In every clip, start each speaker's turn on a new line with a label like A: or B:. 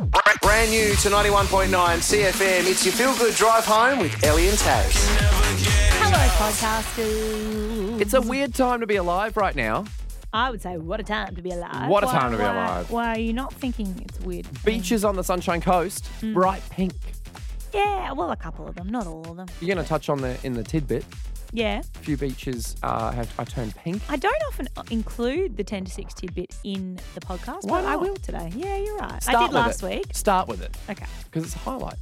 A: Brand new to 91.9 CFM. It's your feel good drive home with Ellie and Taz.
B: Hello, podcasters.
C: It's a weird time to be alive right now.
B: I would say, what a time to be alive.
C: What a
B: Why-
C: time to be
B: why-
C: alive.
B: Why are you not thinking it's weird?
C: Beaches on the Sunshine Coast, bright pink.
B: Yeah, well, a couple of them, not all of them.
C: You're going to touch on the in the tidbit.
B: Yeah.
C: A few beaches uh, have I turned pink.
B: I don't often include the 10 to 6 tidbit in the podcast,
C: Why
B: but I
C: not?
B: will today. Yeah, you're right.
C: Start
B: I did
C: with
B: last
C: it.
B: week.
C: Start with it
B: Okay.
C: because it's a highlight.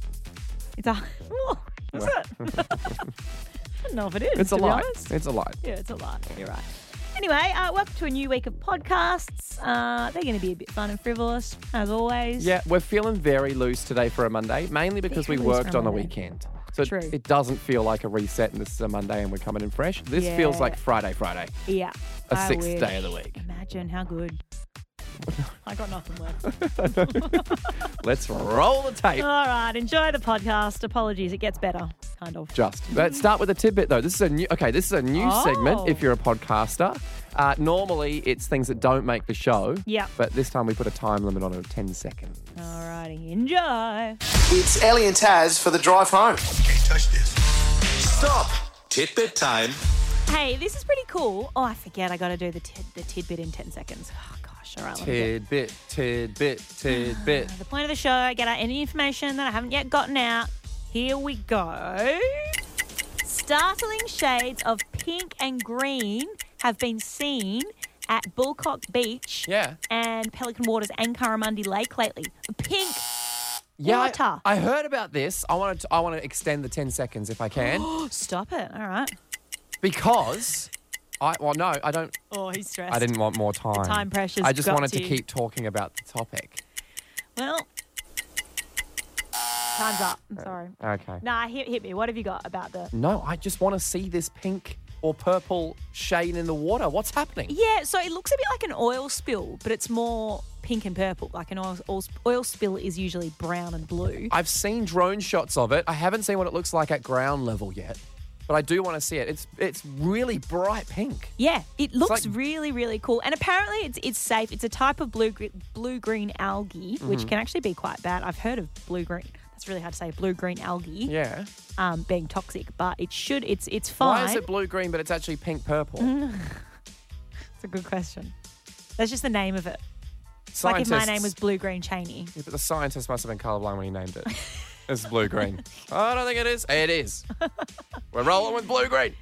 B: It's a. What is it? I don't know if it is.
C: It's
B: to
C: a
B: be
C: light.
B: honest.
C: It's a light.
B: Yeah, it's a lot. You're right. Anyway, uh, welcome to a new week of podcasts. Uh, they're going to be a bit fun and frivolous, as always.
C: Yeah, we're feeling very loose today for a Monday, mainly because we
B: Very loose for
C: worked
B: a
C: on the
B: Monday.
C: weekend. So it-
B: True.
C: it doesn't feel like a reset and this is a Monday and we're coming in fresh. This feels
B: Yeah.
C: like Friday, Friday,
B: Yeah.
C: a
B: I
C: sixth
B: wish.
C: day of the week.
B: Imagine how good. I got nothing left.
C: Let's roll the tape.
B: All right, enjoy the podcast. Apologies, it gets better, kind of.
C: Just. Let's start with a tidbit though. This is a new okay, this is a new
B: Oh.
C: segment if you're a podcaster. Uh, normally it's things that don't make the show.
B: Yeah.
C: But this time we put a time limit on it of ten seconds.
B: All righty, enjoy.
A: It's Ellie and Taz for the drive home.
D: Can't touch this. Stop. Tidbit time.
B: Hey, this is pretty cool. Oh, I forget I got to do the tid the tidbit in ten seconds. Oh gosh, all right. Let me do it.
C: Tidbit, tidbit, tidbit.
B: the point of the show, I get out any information that I haven't yet gotten out. Here we go. Startling shades of pink and green have been seen at Bullcock Beach
C: Yeah.
B: and Pelican Waters and Curramundi Lake lately. Pink.
C: Yeah. I,
B: Water.
C: I heard about this. I wanted to, I want to extend the ten seconds if I can.
B: Oh, stop it. All right.
C: because I well no, I don't
B: Oh, he's stressed.
C: I didn't want more time.
B: time pressure's
C: I just
B: got
C: wanted
B: to
C: to
B: you.
C: keep talking about the topic.
B: Well, time's up. I'm sorry.
C: Uh, Okay.
B: Nah, hit, hit me. What have you got about the.
C: No, I just want to see this pink or purple shade in the water. What's happening?
B: Yeah, so it looks a bit like an oil spill, but it's more pink and purple. Like an oil, oil, oil spill is usually brown and blue.
C: I've seen drone shots of it. I haven't seen what it looks like at ground level yet, but I do want to see it. It's it's really bright pink.
B: Yeah, it looks
C: like-
B: really, really cool. And apparently, it's it's safe. It's a type of blue gr- blue green algae,
C: Mm-hmm.
B: which can actually be quite bad. I've heard of blue green. That's really hard to say. Blue green algae
C: Yeah.
B: um, being toxic, but it should. It's it's fine.
C: Why is it blue green but it's actually pink purple?
B: Mm-hmm. It's a good question. That's just the name of it. Like if
C: Scientists,
B: my name was Blue Green Cheney.
C: Yeah, but the scientist must have been colorblind when he named it. it's blue green. I don't think it is. It is. We're rolling with blue green.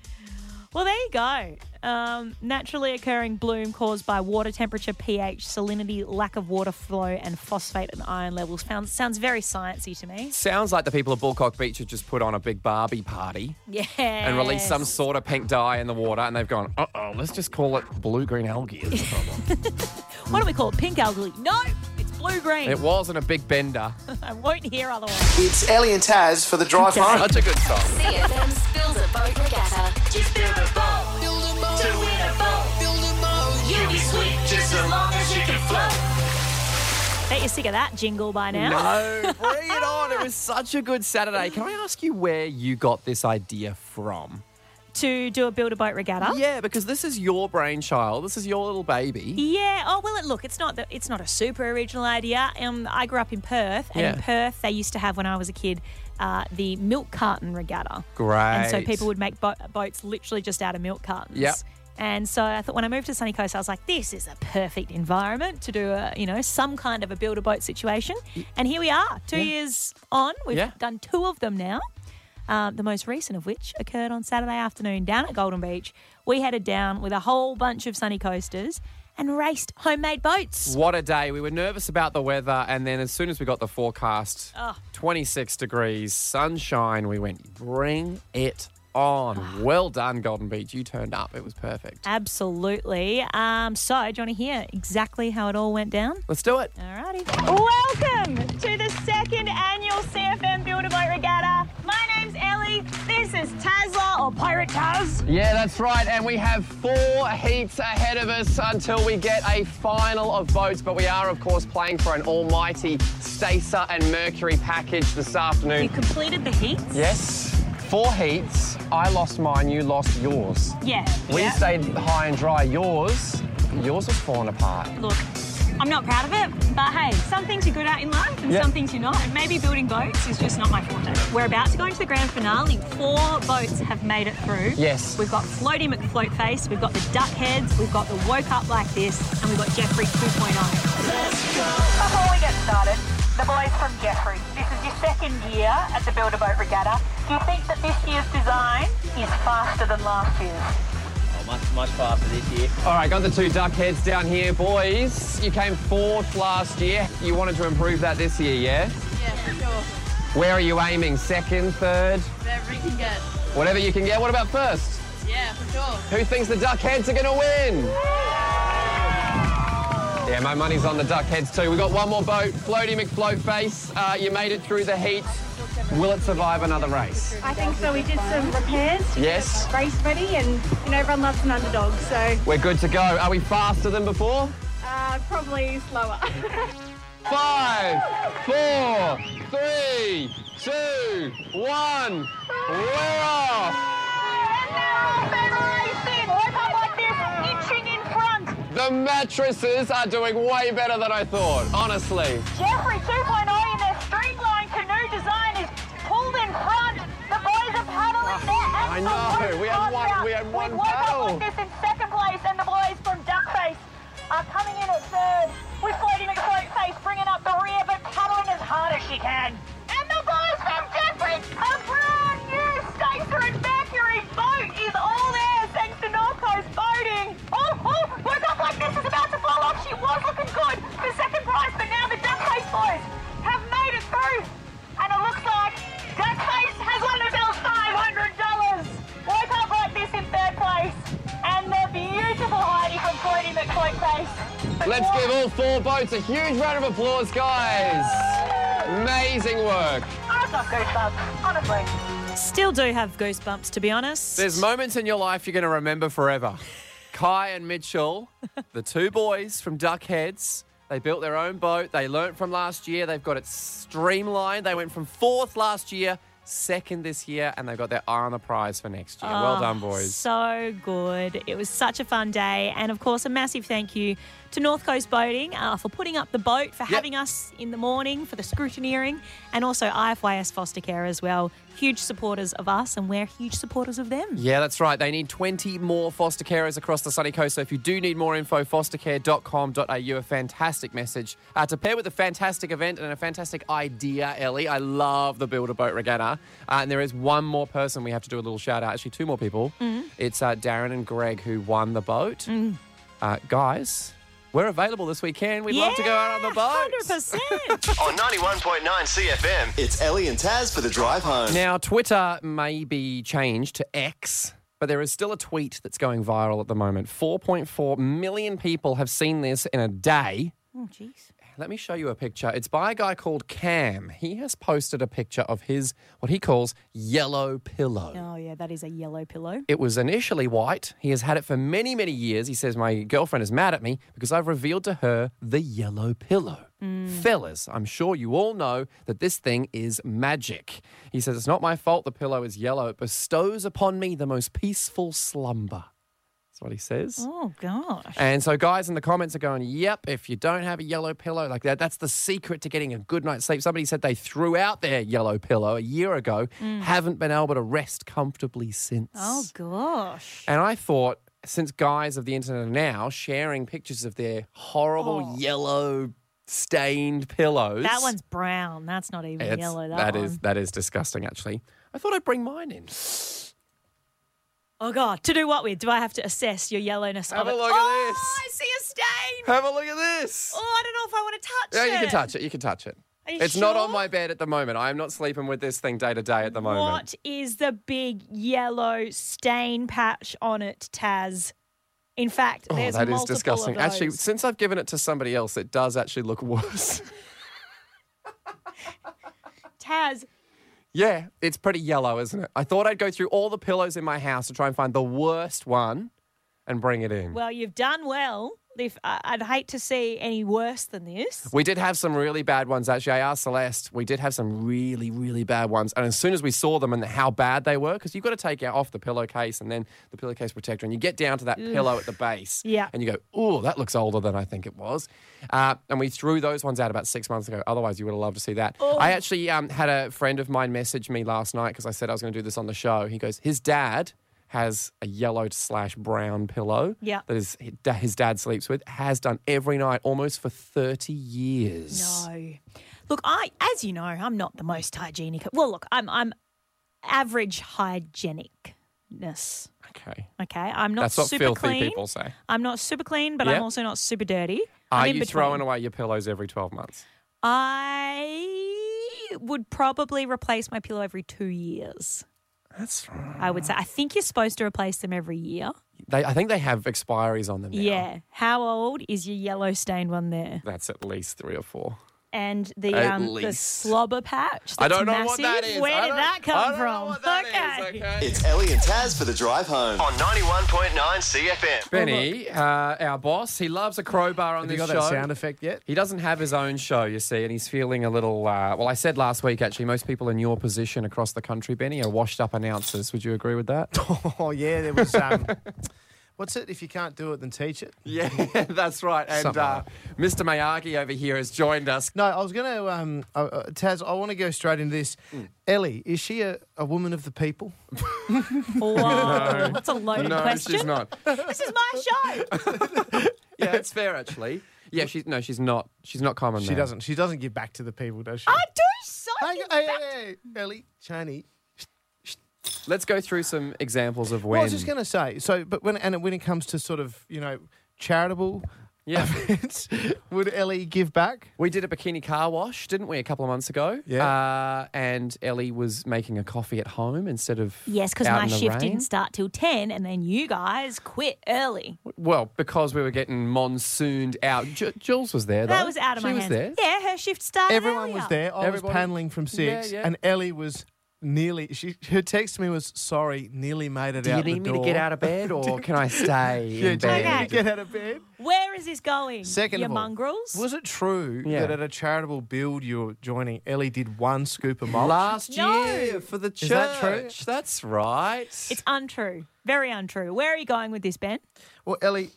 B: Well, there you go. Um, naturally occurring bloom caused by water temperature, pH, salinity, lack of water flow, and phosphate and iron levels. Found, sounds very sciencey to me.
C: Sounds like the people of Bullcock Beach have just put on a big Barbie party.
B: Yeah.
C: and release some sort of pink dye in the water, and they've gone, uh oh, let's just call it blue green algae. is the problem."
B: What do we call it? Pink algae? No, it's blue green.
C: it wasn't a big bender.
B: I won't hear otherwise.
A: It's Ellie and Taz for the drive home.
C: Such a good song.
E: CFM spills a boat regatta. Just build a boat. Build a boat. To win a boat. Build a boat. You'll be sweet just as long as you can float.
B: Bet you're sick of that jingle by now.
C: No, bring it on. It was such a good Saturday. Can I ask you where you got this idea from?
B: To do a build a boat regatta.
C: Yeah, because this is your brainchild. This is your little baby.
B: Yeah. Oh well, it, look, it's not the, it's not a super original idea. Um, I grew up in Perth, and in
C: Yeah.
B: Perth they used to have when I was a kid uh, the milk carton regatta. And so
C: Great.
B: people would make bo- boats literally just out of milk cartons.
C: Yep.
B: And so I thought when I moved to Sunny Coast, I was like, this is a perfect environment to do a you know some kind of a build a boat situation. And here we are, two years on. We've
C: Yeah.
B: done two of them now. Um, the most recent of which occurred on Saturday afternoon down at Golden Beach. We headed down with a whole bunch of sunny coasters and raced homemade boats.
C: What a day. We were nervous about the weather, and then as soon as we got the forecast, 26 degrees, sunshine, we went, bring it on. Well done, Golden Beach. You turned up. It was perfect.
B: Absolutely. Um, so, do you want to hear exactly how it all went down?
C: Let's do it.
B: Alrighty. Welcome to the second annual CFM Builder Boat Regatta. My name's Ellie. This is Tazla or Pirate Taz.
C: Yeah, that's right. And we have four heats ahead of us until we get a final of boats. But we are, of course, playing for an almighty Stacer and Mercury package this
B: You
C: afternoon.
B: completed the heats?
C: Yes, four heats. I lost mine, you lost yours.
B: Yeah.
C: We stayed high and dry. Yours, yours was falling apart.
B: Look,
F: I'm not proud of it, but hey, some things you're good at in life and
C: Yeah.
F: some things you're not. And maybe building boats is just not my forte. We're about to go into the grand finale. Four boats have made it through.
C: Yes.
F: We've got Floaty McFloatface, we've got the Duck Heads, we've got the Woke Up Like This, and we've got Jeffrey oh. 2.0.
G: Before we get started, the boys from Jeffrey. This is your second year at the Build a Boat Regatta. Do you think that this year's design is faster than last year's?
H: much, much faster this year.
C: All right, got the two duck heads down here, boys. You came fourth last year. You wanted to improve that this year, yeah?
I: Yeah, for sure.
C: Where are you aiming? Second, third,
I: Whatever you can get.
C: whatever you can get. What about first?
I: Yeah, for sure.
C: Who thinks the duck heads are going to win? Yeah, my money's on the duck heads too. We've got one more boat. Floaty McFloatface, uh, you made it through the heat. Will it survive another race?
J: I think so. We did some repairs to
C: Yes.
J: get it race ready, and you know everyone loves an underdog, so
C: We're good to go. Are we faster than before?
J: uh, probably slower.
C: Five, four, three, two, one. We're off. The mattresses are doing way better than I thought, honestly.
G: Jeffrey 2.0 in their streamlined canoe design is pulled in front. The boys are paddling their
C: I know.
G: absolute
C: We had
G: heart
C: one-
G: out.
C: we had one
G: We woke up
C: paddle.
G: like this in second place, and the boys from Duckface are coming in at third. We're floating at Floatface, bringing up the rear, but paddling as hard as she can. And the boys from Jeffrey, a brand new Stacer and Mercury boat is all there, thanks to North Coast Boating. Oh, oh, woke up like this is about to blow up. She was looking good for second prize, but now the Duckface boys have made it through. And it looks like Duckface has won themselves $500. Woke up like this in third place. And the beautiful Heidi from Floaty McFloat Face.
C: Let's give all four boats a huge round of applause, guys. Amazing work.
G: I've got goosebumps, honestly.
B: Still do have goosebumps, to be honest.
C: There's moments in your life you're going to remember forever. Kai and Mitchell, the two boys from Duckheads, they built their own boat. They learnt from last year. They've got it streamlined. They went from fourth last year, second this year, and they've got their eye on the prize for next year. well done, boys.
B: So good. It was such a fun day. And of course, a massive thank you to North Coast Boating uh, for putting up the boat, for having us in the morning, for the scrutineering, and also IFYS Foster Care as well. Huge supporters of us, and we're huge supporters of them.
C: Yeah, that's right. They need 20 more foster carers across the sunny coast. So if you do need more info, fostercare.com.au. A fantastic message uh, to pair with a fantastic event and a fantastic idea, Ellie. I love the Build a Boat Regatta. Uh, and there is one more person we have to do a little shout out. Actually, two more people. It's uh, Darren and Greg who won the boat. Uh, guys, we're available this weekend. We'd love to go out on the boat.
B: 100%.
D: On 91.9 CFM,
A: It's Ellie and Taz for the drive home.
C: Now, Twitter may be changed to X, but there is still a tweet that's going viral at the moment. 4.4 million people have seen this in a day.
B: oh, jeez.
C: Let me show you a picture. It's by a guy called Cam. He has posted a picture of his, what he calls, yellow pillow.
B: Oh, yeah, that is a yellow pillow.
C: It was initially white. He has had it for many, many years. He says, My girlfriend is mad at me because I've revealed to her the yellow pillow.
B: Mm.
C: Fellas, I'm sure you all know that this thing is magic. He says, It's not my fault the pillow is yellow. It bestows upon me the most peaceful slumber. That's what he says.
B: Oh, gosh.
C: And so, guys in the comments are going, "Yep, if you don't have a yellow pillow like that, that's the secret to getting a good night's sleep." Somebody said they threw out their yellow pillow a year ago, haven't been able to rest comfortably since.
B: Mm. Oh, gosh.
C: And I thought, since guys of the internet are now sharing pictures of their horrible yellow stained pillows,
B: Oh. That one's brown. That's not even
C: It's-
B: yellow. That,
C: that
B: one.
C: is that is disgusting. Actually, I thought I'd bring mine in.
B: Oh, God. To do what with? Do I have to assess your yellowness
C: Have
B: of
C: a
B: it?
C: look at
B: oh,
C: this.
B: I see a stain.
C: Have a look at this.
B: Oh, I don't know if I want to touch
C: Yeah,
B: it.
C: you can touch it. You can touch it.
B: Are you
C: it's not on
B: sure?
C: my bed at the moment. I am not sleeping with this thing day to day at the moment.
B: What is the big yellow stain patch on it, Taz? In fact,
C: Oh,
B: there's
C: that is
B: multiple
C: disgusting.
B: Of those.
C: Actually, since I've given it to somebody else, it does actually look worse.
B: Taz,
C: yeah, it's pretty yellow, isn't it? I thought I'd go through all the pillows in my house to try and find the worst one and bring it in.
B: well, you've done well. if I I'd hate to see any worse than this.
C: We did have some really bad ones, actually. I asked Celeste, we did have some really, really bad ones. And as soon as we saw them and how bad they were, because you've got to take out off the pillowcase and then the pillowcase protector, and you get down to that pillow at the base.
B: Yeah.
C: And you go, oh, that looks older than I think it was. Uh, and we threw those ones out about six months ago. Otherwise, you would have loved to see that.
B: Oh.
C: I actually um, had a friend of mine message me last night because I said I was going to do this on the show. He goes, his dad. Has a yellow slash brown pillow
B: Yeah.
C: that his, his dad sleeps with, has done every night almost for 30 years.
B: No. Look, I as you know, I'm not the most hygienic. Well, look, I'm I'm average hygienicness.
C: Okay.
B: Okay, I'm not
C: That's what
B: super
C: filthy
B: clean.
C: people say.
B: I'm not super clean, but
C: Yeah.
B: I'm also not super dirty.
C: Are
B: I'm
C: you
B: in between.
C: throwing away your pillows every 12 months?
B: I would probably replace my pillow every two years.
C: That's right.
B: I would say. I think you're supposed to replace them every year.
C: They, I think they have expiries on them now.
B: Yeah. How old is your yellow stained one there?
C: That's at least three or four.
B: And the
C: At
B: um, the
C: least.
B: slobber patch. That's
C: I don't know what
B: massive?
C: that is.
B: Where
C: I
B: did
C: don't-
B: that come
C: I don't
B: from?
C: know what that
B: okay.
C: is,
A: It's Ellie and Taz for the drive home on 91.9 CFM.
C: Benny, uh, our boss, he loves a crowbar on
K: Have
C: this
K: you got
C: show.
K: that sound effect yet?
C: He doesn't have his own show, you see, and he's feeling a little. Uh, well, I said last week, actually, most people in your position across the country, Benny, are washed up announcers. Would you agree with that?
K: Oh yeah, there was. Um, what's it? If you can't do it, then teach it.
C: yeah, that's right. And
K: Something
C: uh, Mr. Miyagi over here has joined us.
K: No, I was going to um, uh, uh, Taz. I want to go straight into this.
C: Mm.
K: Ellie, is she a, a woman of the people?
B: Whoa, that's a loaded
C: no,
B: question.
C: she's not.
B: This is my show.
C: Yeah, it's fair actually. Yeah, she's no, she's not. She's not common.
K: She
C: man.
K: doesn't. She doesn't give back to the people, does she?
B: I do so.
K: Hey, hey, hey, hey, Ellie, Chaney.
C: Let's go through some examples of when.
K: Well, I was just going to say. So, but when and when it comes to sort of you know charitable
C: Yeah.
K: events, would Ellie give back?
C: we did a bikini car wash, didn't we, a couple of months ago?
K: Yeah.
C: Uh, and Ellie was making a coffee at home instead of
B: Yes, because
C: out
B: my
C: in the
B: shift
C: rain.
B: didn't start till ten, and then you guys quit early.
C: Well, because we were getting monsooned out. J- Jules was there. Though.
B: That was out of
C: she
B: my
C: was
B: hands.
C: there.
B: Yeah, her shift started.
K: Everyone
B: earlier.
K: was there. I
C: Everybody-
K: was paneling from six,
C: yeah.
K: and Ellie was nearly. She her text to me was sorry, nearly made it
C: Do
K: out.
C: you
K: the
C: need me
K: door."
C: to get out of bed, or can I stay
K: Yeah,
C: in
K: do you need me
C: bed?
K: to get out of bed?
B: Where is this going?
K: Second
B: you
K: of all,
B: mongrels.
K: Was it true
C: Yeah.
K: that at a charitable build you were joining, Ellie did one scoop a month?
C: Last
B: No.
C: year for the church.
K: that true?
C: That's right.
B: it's untrue. Very untrue. Where are you going with this, Ben?
K: Well, Ellie,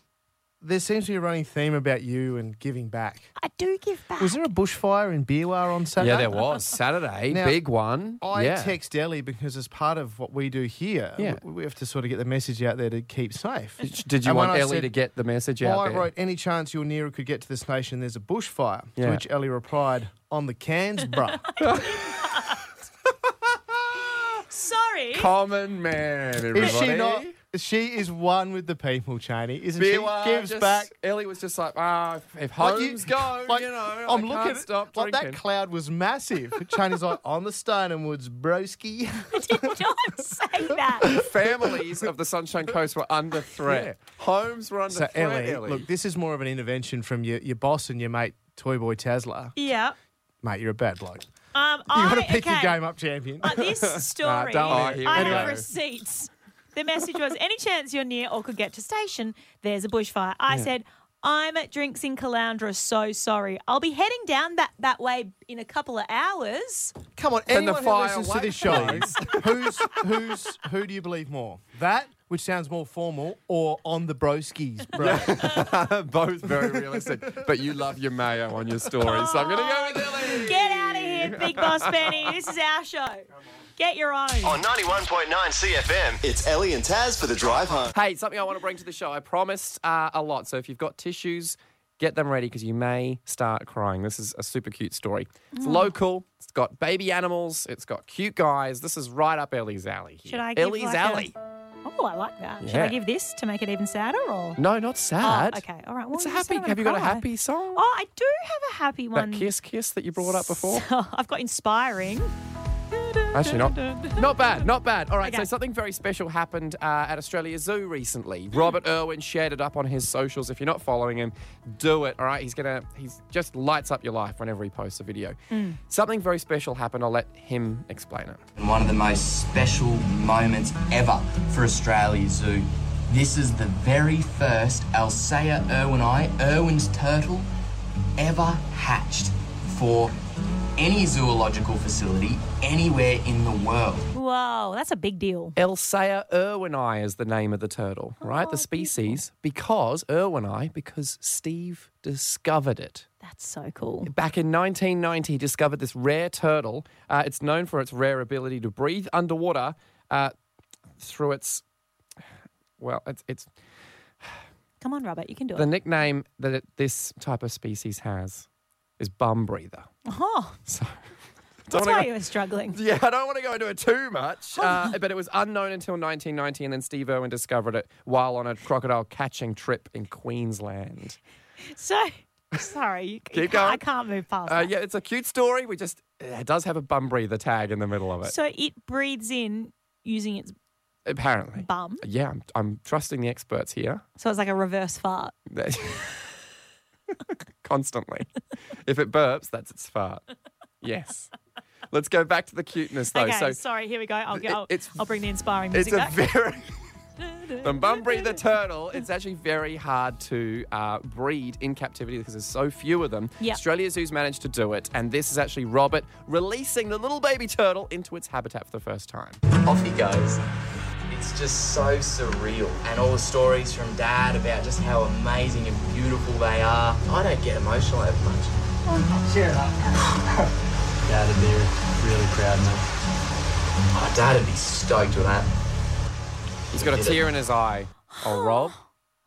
K: there seems to be a running theme about you and giving back.
B: I do give back.
K: Was there a bushfire in Biwar on Saturday?
C: yeah, there was Saturday,
K: Now,
C: big one.
K: I
C: yeah.
K: text Ellie because as part of what we do here,
C: Yeah.
K: w- we have to sort of get the message out there to keep safe.
C: Did you
K: And when
C: want
K: I
C: Ellie
K: said-
C: to get the message out
K: I
C: there?
K: wrote, any chance your nearer could get to this nation, there's a bushfire.
C: Yeah.
K: To which Ellie replied, on the cans, bruh.
B: Sorry.
C: Common man, everybody.
K: is she not? She is one with the people, Cheney, isn't
C: Be
K: she?
C: aware,
K: Gives
C: just-
K: back.
C: Ellie was just like, ah, if
K: Like
C: homes go,
K: like,
C: you know,
K: I'm
C: I
K: looking
C: can't
K: at-
C: stop
K: like
C: drinking.
K: that cloud was massive. Cheney's like on the stone and woods, broski.
B: Don't say that.
C: Families of the Sunshine Coast were under threat. Homes were under
K: So
C: threat.
K: Ellie, look, this is more of an intervention from your, your boss and your mate, Toy Boy Tasler.
B: yeah.
K: Mate, you're a bad bloke.
B: Um,
K: You
B: I
K: got to pick your
B: okay.
K: game up, champion.
B: Uh, this story,
C: don't
B: I
C: worry.
B: have
C: Anyway.
B: receipts. The message was, any chance you're near or could get to station, there's a bushfire. I said, I'm at Drinks in Caloundra, so sorry. I'll be heading down that, that way in a couple of hours.
K: Come on,
C: Send the
K: anyone who
C: fire
K: listens to
C: away
K: this
C: from
K: show, who's who's who do you believe more? That, which sounds more formal, or on the broskies, bro?
C: Both very realistic. But you love your mayo on your story, so I'm going to go with Ellie.
B: Get out of here, Big Boss Benny. This is our show. Get your own.
A: On 91.9 CFM, it's Ellie and Taz for the drive home.
C: Hey, something I want to bring to the show. I promised uh, a lot. So if you've got tissues, get them ready because you may start crying. This is a super cute story.
B: Mm.
C: It's local. It's got baby animals. It's got cute guys. This is right up Ellie's alley. Here.
B: Should I give
C: Ellie's
B: like a-
C: alley?
B: Oh, I like that. Should
C: Yeah.
B: I give this to make it even sadder or?
C: No, not sad.
B: Oh, okay, all right. Well,
C: it's a
B: you said
C: happy.
B: I'm gonna
C: Have you got a
B: cry.
C: happy song?
B: Oh, I do have a happy
C: that
B: one. Oh,
C: kiss, kiss that you brought up before.
B: I've got inspiring.
C: Actually, not not bad, not bad. All right, so
B: Okay.
C: something very special happened uh, at Australia Zoo recently. Robert Irwin shared it up on his socials. If you're not following him, do it. All right, he's gonna he's just lights up your life whenever he posts a video. Something very special happened. I'll let him explain it.
L: and one of the most special moments ever for Australia Zoo. This is the very first Alsea irwini, Irwin's turtle, ever hatched for any zoological facility anywhere in the world.
B: Whoa, that's a big deal.
C: Elsaya irwini is the name of the turtle, right? the species, because irwini, because Steve discovered it.
B: That's so cool.
C: Back in 1990, he discovered this rare turtle. Uh, it's known for its rare ability to breathe underwater uh, through its, well, it's, it's
B: Come on, Robert, you can do
C: the
B: it.
C: nickname that it, this type of species has is bum breather.
B: oh,
C: Don't
B: that's
C: wanna
B: why
C: go-
B: you Oh. were struggling.
C: Yeah, I don't want to go into it too much, uh, but it was unknown until 1990, and then Steve Irwin discovered it while on a crocodile catching trip in Queensland.
B: So, sorry, you,
C: Keep
B: you can't-
C: going.
B: I can't move past
C: Uh,
B: that.
C: yeah, it's a cute story. We just it does have a bum breather tag in the middle of it.
B: So it breathes in using its
C: apparently,
B: bum.
C: yeah, I'm, I'm trusting the experts here
B: So it's like a reverse fart.
C: constantly. if it burps, that's its fart. Yes. Let's go back to the cuteness though.
B: okay,
C: so
B: sorry, here we go. I'll,
C: it-
B: go. I'll,
C: it's-
B: I'll bring the inspiring
C: it's
B: music
C: a
B: back.
C: very The bum breather turtle, it's actually very hard to uh, breed in captivity because there's so few of them.
B: Yeah.
C: Australia Zoo's managed to do it, and this is actually Robert releasing the little baby turtle into its habitat for the first time.
L: Off he goes. It's just so surreal. And all the stories from Dad about just how amazing and beautiful they are. I don't get emotional that much.
E: Cheer up.
L: Dad would be really proud of me. Oh, Dad would be stoked with that.
C: He's got a
L: Did it.
C: tear in his eye. Oh, Rob.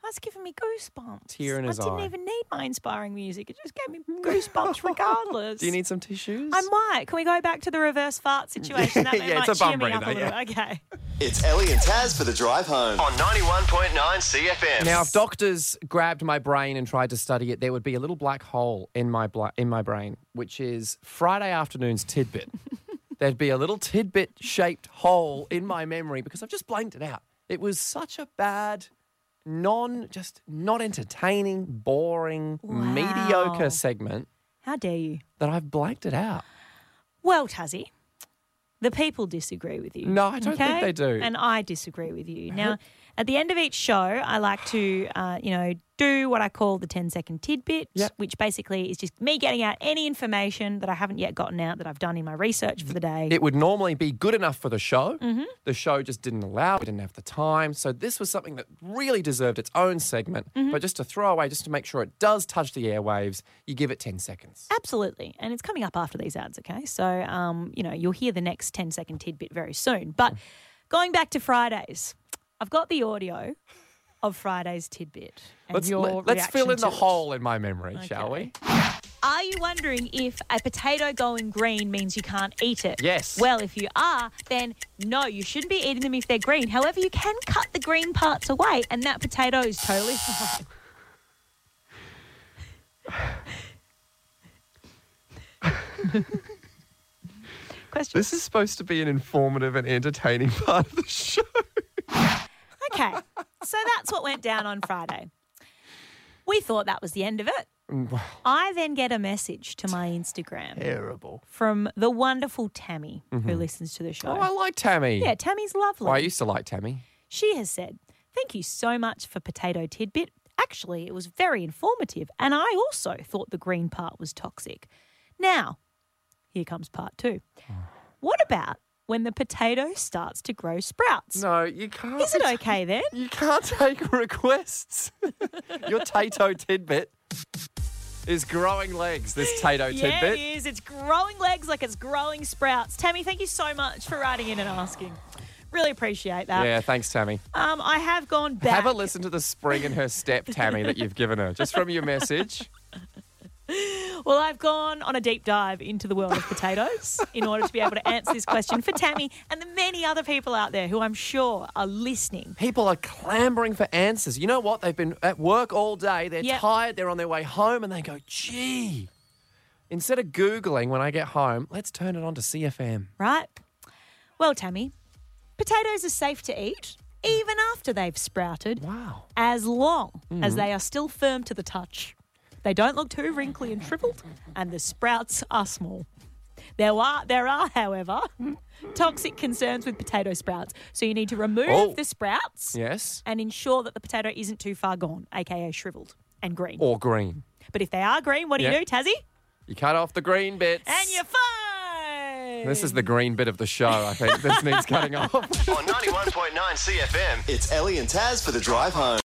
B: That's giving me goosebumps.
C: Tear in
B: I
C: his
B: didn't
C: eye.
B: even need my inspiring music. It just gave me goosebumps regardless.
C: Do you need some tissues?
B: I might. Can we go back to the reverse fart situation? That
A: Yeah,
B: might
A: it's a
B: cheer
A: bum
B: me up a
A: breather,
B: little.
A: yeah.
B: bit. Okay.
A: It's Ellie and Taz for the drive home on 91.9 CFM.
C: Now, if doctors grabbed my brain and tried to study it, there would be a little black hole in my bla- in my brain, which is Friday afternoon's tidbit. There'd be a little tidbit shaped hole in my memory because I've just blanked it out. It was such a bad, non just not entertaining, boring,
B: Wow.
C: mediocre segment
B: How dare you?
C: that I've blanked it out.
B: Well, Tazzy, the people disagree with you.
C: No, I don't think they do.
B: And I disagree with you. Now, at the end of each show, I like to, uh, you know, do what I call the 10 second tidbit, which basically is just me getting out any information that I haven't yet gotten out that I've done in my research for the day.
C: It would normally be good enough for the show.
B: Mhm.
C: The show just didn't allow. it. We didn't have the time. So this was something that really deserved its own segment.
B: Mhm.
C: But just to throw away, just to make sure it does touch the airwaves, you give it ten seconds.
B: Absolutely. And it's coming up after these ads, okay? So, um, you know, you'll hear the next 10 second tidbit very soon. But going back to Fridays, I've got the audio of Friday's tidbit. And
C: Let's
B: your
C: let, us fill
B: reaction
C: in the
B: to it.
C: hole in my memory, shall we?
B: Are you wondering if a potato going green means you can't eat it?
C: Yes.
B: Well, if you are, then no, you shouldn't be eating them if they're green. However, you can cut the green parts away, and that potato is totally fine. Question.
C: This is supposed to be an informative and entertaining part of the show.
B: Okay, so that's what went down on Friday. We thought that was the end of it.
C: Mm.
B: I then get a message to my Instagram
C: Terrible.
B: from the wonderful Tammy who
C: Mhm.
B: listens to the show.
C: Oh, I like Tammy.
B: Yeah, Tammy's lovely.
C: Well, I used to like Tammy.
B: She has said, Thank you so much for Potato Tidbit. Actually, it was very informative, and I also thought the green part was toxic. Now, here comes part two.
C: Oh.
B: What about when the potato starts to grow sprouts?
C: No, you can't.
B: Is it okay then?
C: You can't take requests. Your Tato tidbit is growing legs. This Tato
B: Yeah,
C: tidbit.
B: it is. It's growing legs like it's growing sprouts. Tammy, thank you so much for writing in and asking. Really appreciate that.
C: Yeah, thanks, Tammy.
B: Um, I have gone back.
C: Have a listen to the spring in her step, Tammy, that you've given her, just from your message.
B: Well, I've gone on a deep dive into the world of potatoes in order to be able to answer this question for Tammy and the many other people out there who I'm sure are listening.
C: People are clambering for answers. You know what? They've been at work all day, they're
B: Yep.
C: tired, they're on their way home, and they go, gee. Instead of Googling when I get home, let's turn it on to CFM.
B: Right? Well, Tammy, potatoes are safe to eat even after they've sprouted.
C: Wow.
B: As long as
C: Mhm.
B: they are still firm to the touch. They don't look too wrinkly and shriveled, and the sprouts are small. There are, there are, however, toxic concerns with potato sprouts. So you need to remove
C: Oh.
B: the sprouts
C: Yes.
B: and ensure that the potato isn't too far gone, aka shriveled and green.
C: Or green.
B: But if they are green, what do
C: Oh. Yeah.
B: you do, Tassie?
C: You cut off the green bits.
B: And you're fine.
C: This is the green bit of the show, I think. this needs cutting off.
A: On 91.9 CFM, it's Ellie and Taz for the drive home.